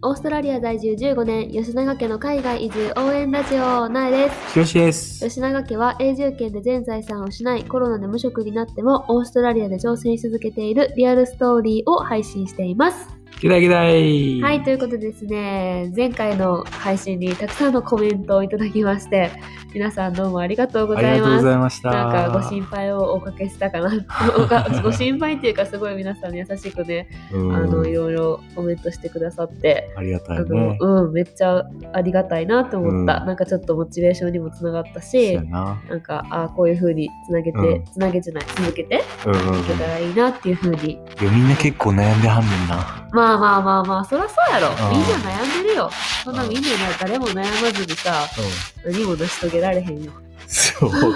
オーストラリア在住15年、吉永家の海外移住応援ラジオ、なえです。ひろしです。吉永家は永住権で全財産を失いコロナで無職になってもオーストラリアで挑戦し続けているリアルストーリーを配信しています。ギダギダイ。はい、ということでですね、前回の配信にたくさんのコメントをいただきまして、皆さんどうもありがとうごありざがいとうまごす。ざいました。なんかご心配をおかけしたかなおか ご心配っていうかすごい皆さん優しくねうんあのいろいろコメントしてくださって、ありがたあいのね。うん、めっちゃありがたいなと思った、うんなんかちょっとモチベーションにもつながったそうしやな。なんかあーこういう風につなげて、うんつなげじゃない続けてうんうんうん。いけたいらいいなっていう風にやみんな結構悩んではんねんな。まあまあまあまあそりゃそうやろんみんな悩んでるよそんなみんな誰も悩まずにさ何も成し遂げられへんよ そうか。そう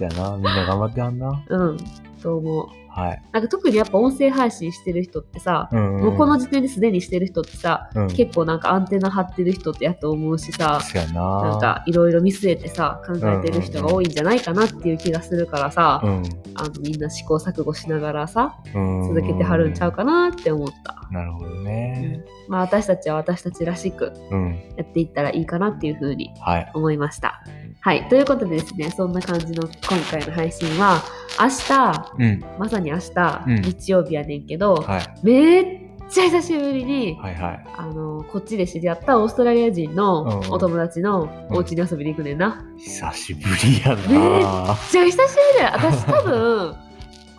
やな。みんな頑張ってはんな。うんと思うはい。なんか特にやっぱ音声配信してる人ってさ、うんもうこの時点ですでにしてる人ってさ、うん結構なんかアンテナ張ってる人ってやと思うしさ、そうやな。なんかいろいろ見据えてさ考えてる人が多いんじゃないかなっていう気がするからさ、うん。あのみんな試行錯誤しながらさうん。続けてはるんちゃうかなって思った、なるほどね。まあ私たちは私たちらしくうん。やっていったらいいかなっていうふうにはい。思いましたはいということでですねそんな感じの今回の配信は明日うん。まさに明日、うん日曜日やねんけど、はい。めっちゃ久しぶりに、はいはい。あのこっちで知り合ったオーストラリア人のうんお友達のお家に遊びに行くねんな。久しぶりやねな。じゃあ久しぶりだよ私多分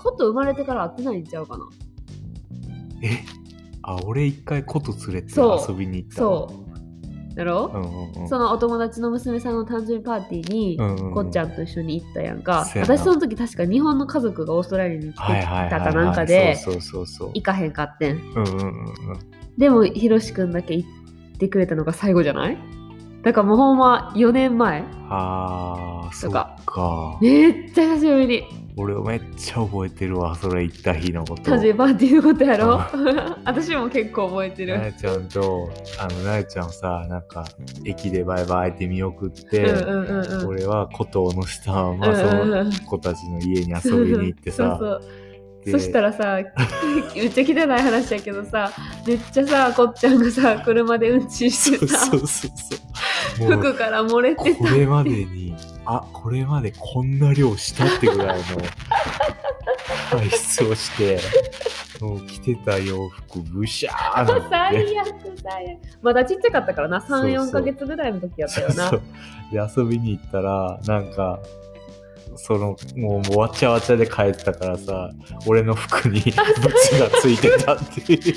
コット生まれてから会ってないんちゃう かな。えあ、俺一回こと連れてそう遊びに行ったわ。そう。だろ、うんうんうん。そのお友達の娘さんの誕生日パーティーに、うんうんうんこっちゃんと一緒に行ったやんか。せやな私その時確か日本の家族がオーストラリアに来てはいきはいはいはたいかなんかでそうそうそうそう行かへんかってん。うんうんうんうんでもひろしくんだけ行ってくれたのが最後じゃないだからもうほんま4年前。あーそとっかかめっちゃ久しぶりに俺めっちゃ覚えてるわそれ行った日のこと誕生日パーティーのことやろ 私も結構覚えてる。なえちゃんとあのなえちゃんさなんか駅でバイバイって見送うって、んうんうんうん俺は琴を乗せたまうまんそうんうのん子たちの家に遊びに行ってさそうそうそしたらさめっちゃ汚い話やけどさめっちゃさこっちゃんがさ車でうんちしてさ そうそうそうもう服から漏れてこたれまでにあこれまでこんな量したってぐ らいの排出をしてもう着てた洋服ブシャーなって最悪最悪まだちっちゃかったからなそうそう34ヶ月ぐらいの時やったよそうなそうで遊びに行ったらなんかそのもうわちゃわちゃで帰ってたからさ俺の服にブツがついてたっていう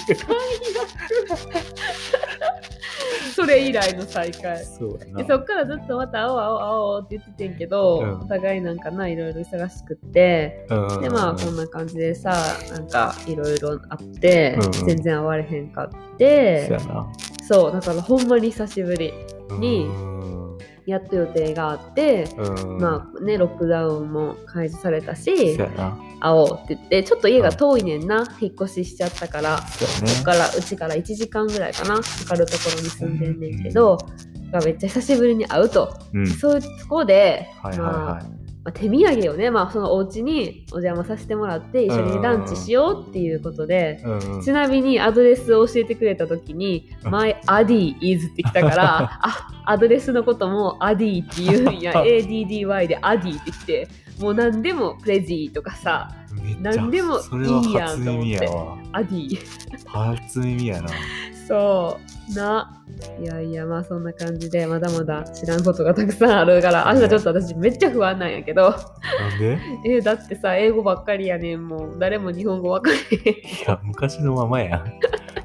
それ以来の再会そうやでなそっからずっとまた「青青青」って言っててんけど、うんお互いなんかないろいろ忙しくってうんでまあこんな感じでさなんかいろいろあって、うん全然会われへんかってそうやなそうだからほんまに久しぶりにうんやっと予定があって、うんまあねロックダウンも解除されたそうしやな会おうって言ってちょっと家が遠いねんな、引っ越ししちゃったからそうこやっねからうちから1時間ぐらいかなかかるところに住んでんねんけど、がめっちゃ久しぶりに会うと、うんそういうとこで、はいはいまあはいまあ手土産をね、まあ、そのお家にお邪魔させてもらって一緒にランチしようっていうことで、うんちなみにアドレスを教えてくれた時に「うん myaddyis」ってきたから あアドレスのことも「addy」って言うんや ADDY で「addy」ってきてもう何でも「プレジー」とかさめっちゃ何でもそれはいいや初んと思って耳やわ「addy 初耳やな」そうないやいやまあそんな感じでまだまだ知らんことがたくさんあるから明日ちょっと私めっちゃ不安なんやけど なんでえだってさ英語ばっかりやねんもう誰も日本語わかんへん いや昔のままやん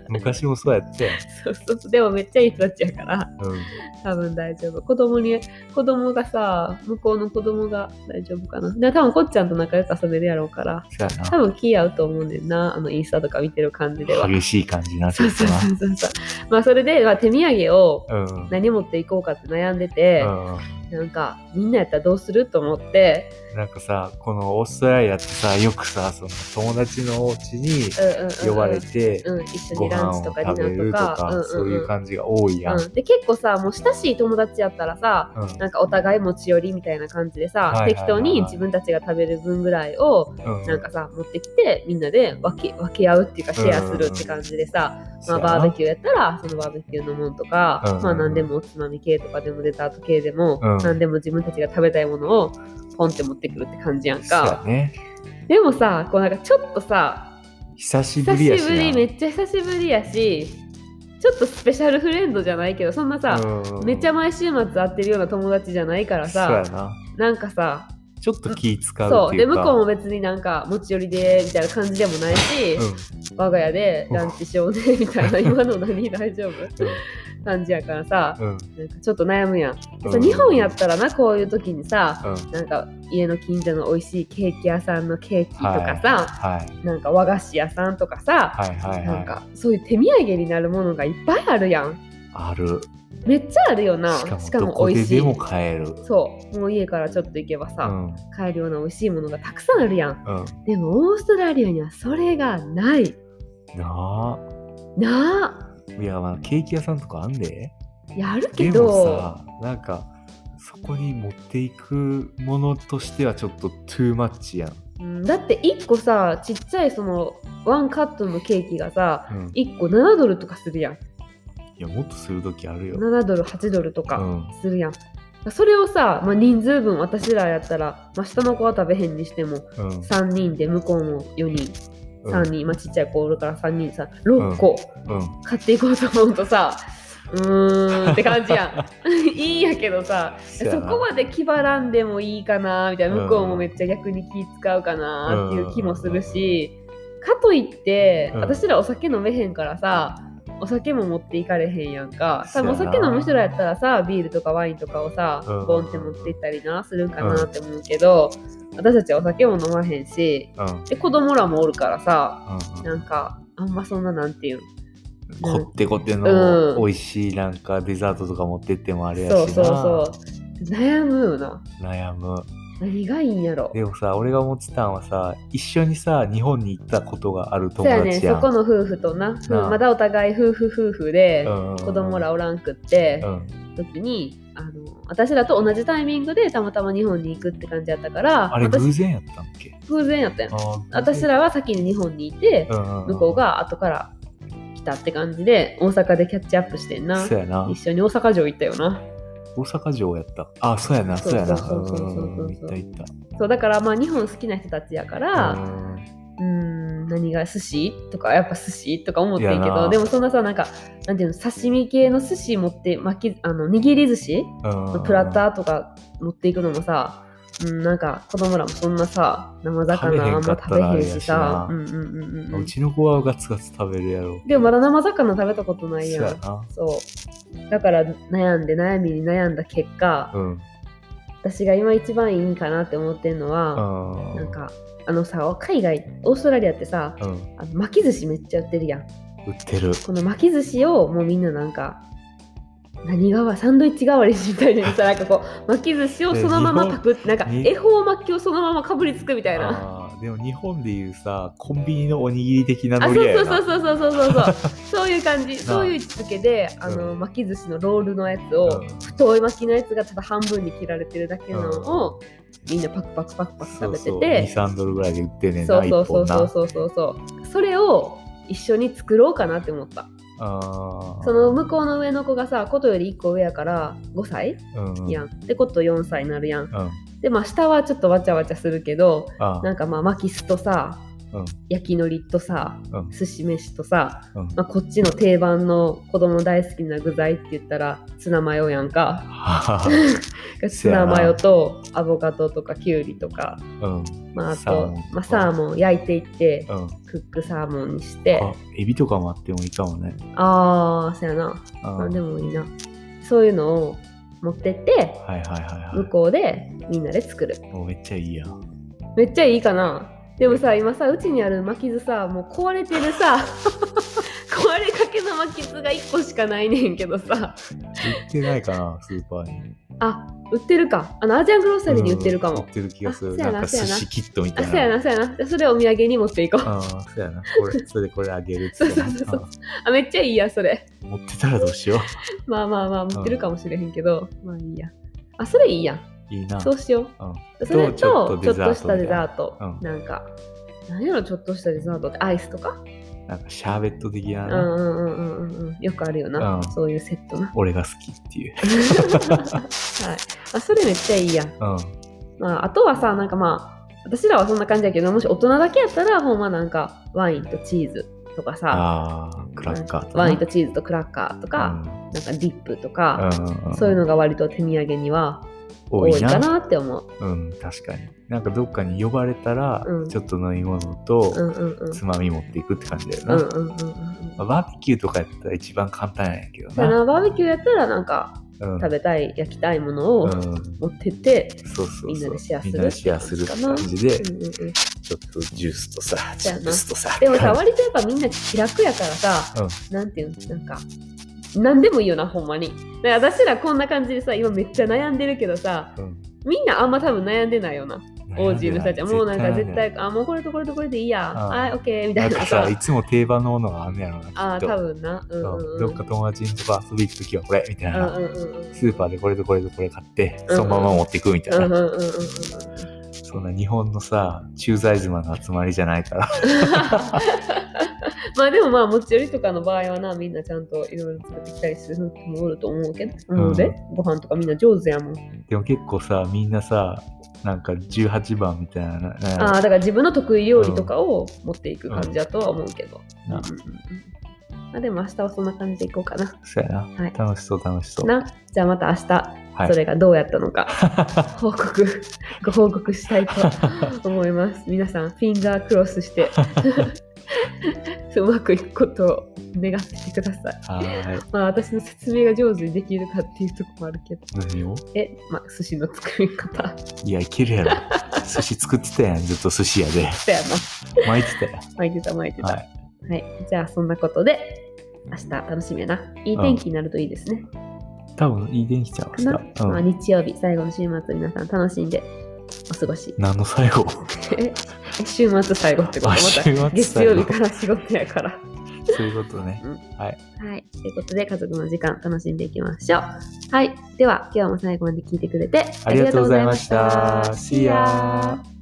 昔もそうやってそうそうそうでもめっちゃいい人たちやからうん多分大丈夫子供に子供がさ向こうの子供が大丈夫かなで多分こっちゃんと仲良く遊べるやろうからそうや多分気合うと思うねんなあのインスタとか見てる感じではな激しい感じになっちそゃうっそたうそうそうまあそれで、まあ、手土産をなうんうん何持っていこうかって悩んでて、うんなんかみんなやったらどうすると思って、なんかさ、このオーストラリアってさ、よくさ、その友達のお家うにんうんうんうん、呼ばれて、うん、一緒ごにラ飯ンチをとか食デべィナーるととかか、そういう感じが多いやん。うん、で結構さもう親しい友達やったらさうんなんかお互い持ち寄りみたいな感じでさ、はいはいはいはい適当に自分たちが食べる分ぐらいをうんなんかさ持ってきてみんなで分け分け合うっていうかシェアするって感じでさ、まあ、バーベキューやったらそのバーベキューのもんとか、うんまあ何でもおつまみ系とかでもデザート系でも、うん何でも自分たちが食べたいものをポンって持ってくるって感じやんそうやか、ね。でもさこうなんかちょっとさ久しぶ久りしやしな。ぶりめっちゃ久しぶりやしちょっとスペシャルフレンドじゃないけどそんなさ、うんめっちゃ毎週末会ってるような友達じゃないからそうやさな。なんかさちょっと気使うそっうていでうか。向こうも別になんか持ち寄りでみたいな感じでもないし、うん我が家でランチしようねみたいな今の何大丈夫感じやからさうんなんかちょっと悩むやん、うんさ日本やったらなこういう時にさうんなんか家の近所の美味しいケーキ屋さんのケーキとかさ、はいなんか和菓子屋さんとかさ、はいはいなんはかそういう手土産になるものがいっぱいあるやんい。ある。めっちゃあるよなしかしもかどもこ美で味しいでも買える。そうもう家からちょっと行けばうさ、ん買えるような美味しいものがたくさんあるやんうん。でもオーストラリアにはそれがないななああ。いやまあケーキ屋さんとかあんで。やるけでもどさなんかそこに持っていくものとしてはちょっとトゥーマッチやん。うんだって1個さちっちゃいそのワンカットのケーキがさうん、い1個7ドルとかするやんやもっとする時あるよ。 7ドル8ドルとうかんするやん、それをさ、まあ、人数分私らやったら、まあ、下の子は食べへんにしてもうん3人で向こうも4人うん3人、まあ、ちっちゃい子おるから3人さ6個うん買っていこうと思うと さうーんって感じやん いいんやけどさそやそなこまで気張らんでもいいかなみたいなうん向こうもめっちゃ逆に気使うかなっていう気もするし、かといって、うん私らお酒飲めへんからさお酒も持っていかれへんやんか多分おそやな酒飲む人らやったらさビールとかワインとかをさ、うんボンって持っていったりなするんかなって思うけど、私たちはお酒も飲まへんしうんうんで子供らもおるからさうなんんかあんまそんななんていうんこってこってうのん美味しいなんかデザートとか持ってってもあれやしなそうそうそう悩むよな悩む何がいいんやろでもさ俺が思ってたんはさ一緒にさ日本に行ったことがあるそう友やねん達やそんこの夫婦とななあまだお互い夫婦夫婦でうん子供らおらんくって、うん時にあの私らと同じタイミングでたまたま日本に行くって感じやったからあれ偶私然やったんっけ偶然やったやんあー私らは先に日本にいて、向向こうが後から来たって感じで大阪でキャッチアップしてんなそうやな一緒に大阪城行ったよな大阪城やったあそうやなそそううやなそうそうそうそうそううん行った行っそうだからまあ日本好きな人たちやかたらうーん何が寿司とかやっぱ寿司とか思ってんけいやどなでもそんなさなんかなんていうの刺身系の寿司持って巻きあの握り寿司のプラッターとか持っていくのもさ、うん、なんか子供らもそんなさ生魚あんま食べへんしさう食んうんうんうんうーうんちの子はガツガツ食べるやろでもまだ生魚食べたことないやそうやんなそうだから悩んで悩みに悩んだ結果、うん私が今一番いいんかなって思ってんのは、あーなんかあのさ海外オーストラリアってさうんあの巻き寿司めっちゃ売ってるやん売ってるこの巻き寿司をもうみんななんか何がわサンドイッチ代わりみたいにさなんかこ う巻き寿司をそのままパクってなんか日本恵方巻きをそのままかぶりつくみたいなあーでも日本でいうさコンビニのおにぎり的なあそノうリやそうよなそうそうそうそうそうそういう感 じそういう位置づけであの、うん巻き寿司のロールのやつを、太い巻きのやつがただ半分に切られてるだけなのを、みんなパクパクパクパク食べてて23ドルぐらいで売ってんねんそなうそうそう一本なそうそうそうそうそれを一緒に作ろうかなって思ったあーその向こうの上の子がさことより1個上やから5歳うんやんでこと4歳になるやんうんでまあ下はちょっとわちゃわちゃするけどあなんかまあ巻きすとさ、うん焼きのりとさ、うん寿司飯とさ、うんまあ、こっちの定番の子供大好きな具材って言ったらツナマヨやんかーツナマヨとアボカドとかキュウリとか、うんまあ、あサーモとンとかまあ、サーモン焼いていってうんクックサーモンにしてあエビとかもあってもいいかもねああそやなあーなんでもいいなそういうのを持ってってはいはいはいは向いこうでみんなで作るもうめっちゃいいやんめっちゃいいかなでもさ今さうちにある巻き図さもう壊れてるさ 壊れかけの巻きつが1個しかないねんけどさ売ってないかな、スーパーに。あ売ってるかあのアジアングロッサリーに売ってるかうん売もっ、てる気がすある。そうやななんか寿司キットみあたいな。そうやなそうやなじゃあそれお土産に持っていこうああ、そうやな。これ、それでこれあげるっつって そな。うそうそうあめっちゃいいやそれうん持ってたらどうしよまあまあまあ持ってるかもしれへんけど、まあいいやあそれいいやんう。いいな。そうしようんうそれとちょっデザートとしたデザートうんなんか何やろちょっとしたデザートってアイスとかなんかシャーベット的なうな、んうんうんうんうんうんよくあるよな、うんそういうセットな俺が好きっていう。はいあそれめっちゃいいやんうん。まあ、あとはさなんかまあ私らはそんな感じやけどもし大人だけやったらほんまなんかワインとチーズとかさああ、クラッカーとかな。ワインとチーズとクラッカーとか、なんかディップとか、うん、うんうんうん、そういうのが割と手土産には多多いいかな。なって思う。うん、確かに。なんかどっかに呼ばれたら、うんちょっと飲み物うんとうんうん。つまみ持っていくって感じだような。んうんうんうんまあバーベキューとかやったら一番簡単やけどだかな。らバーベキューやったらなんかうん、食べたい焼きたいものをうん、持ってって、そうそうそう。みんなでシェアするみんなでシェアするって感じで、うんうんうんちょっとジュースとさ、チそうやッなプスとさ。でもさ割とやっぱみんな気楽やからさ、なんていうのなんか何でもいいよなほんまにだから私らこんな感じでさ今めっちゃ悩んでるけどさうんみんなあんま多分悩んでないよな王子の人たちはもうなんか絶。対あもうこれとこれとこれでいいやうんはいオッケーみたないんなかささ、いつも定番のものがあんねやろな。きっとああ多分なうんうんううんんどっか友達にとか遊び行くときはこれみたいうんな。うんうんうんスーパーでこれとこれとこれ買って、うんそのまま持っていくみたういんうな。んうんうんうんそんな日本のさ、駐在妻の集まりじゃないから。 まあでもまあ持ち寄りとかの場合はなみんなちゃんといろいろ作ってきたりする人もおると思うけど、んうん、でご飯とかみんな上手やもんでも結構さ、みんなさ、なんか18番みたいなな。ああなだから自分の得意料理とかを持っていく感じだとは思うけど、なうんまあ、でも明日はそんな感じでいこうかなそうやな。はい楽しそう楽しそう。なじゃあまた明日はそい。れがどうやったの か、報告ご報告したい と思います皆さんフィンガークロスして うまくいくことを願っててください はまあ私の説明が上手にできるかっていうとこもあるけどい。何をえまあ寿司の作り方 いや、いけるやろ。寿司作ってたやん、ずっと寿司屋で。だよな巻いてたや巻いてた巻いてん。た はい。はい、じゃあそんなことで明日楽しみやな。いい天気になるといいですね。多分いい電気ちゃうか明な、日。まうあ、ん。日曜日最後の週末皆さん楽しんでお過ごし。何の最後ええ週末最後ってことま あ週た末月最後曜日から仕事や から。そういうことね。はい、ということで家族の時間楽しんでいきましょう。はい、では今日も最後まで聞いてくれてありがとうございました。See ya!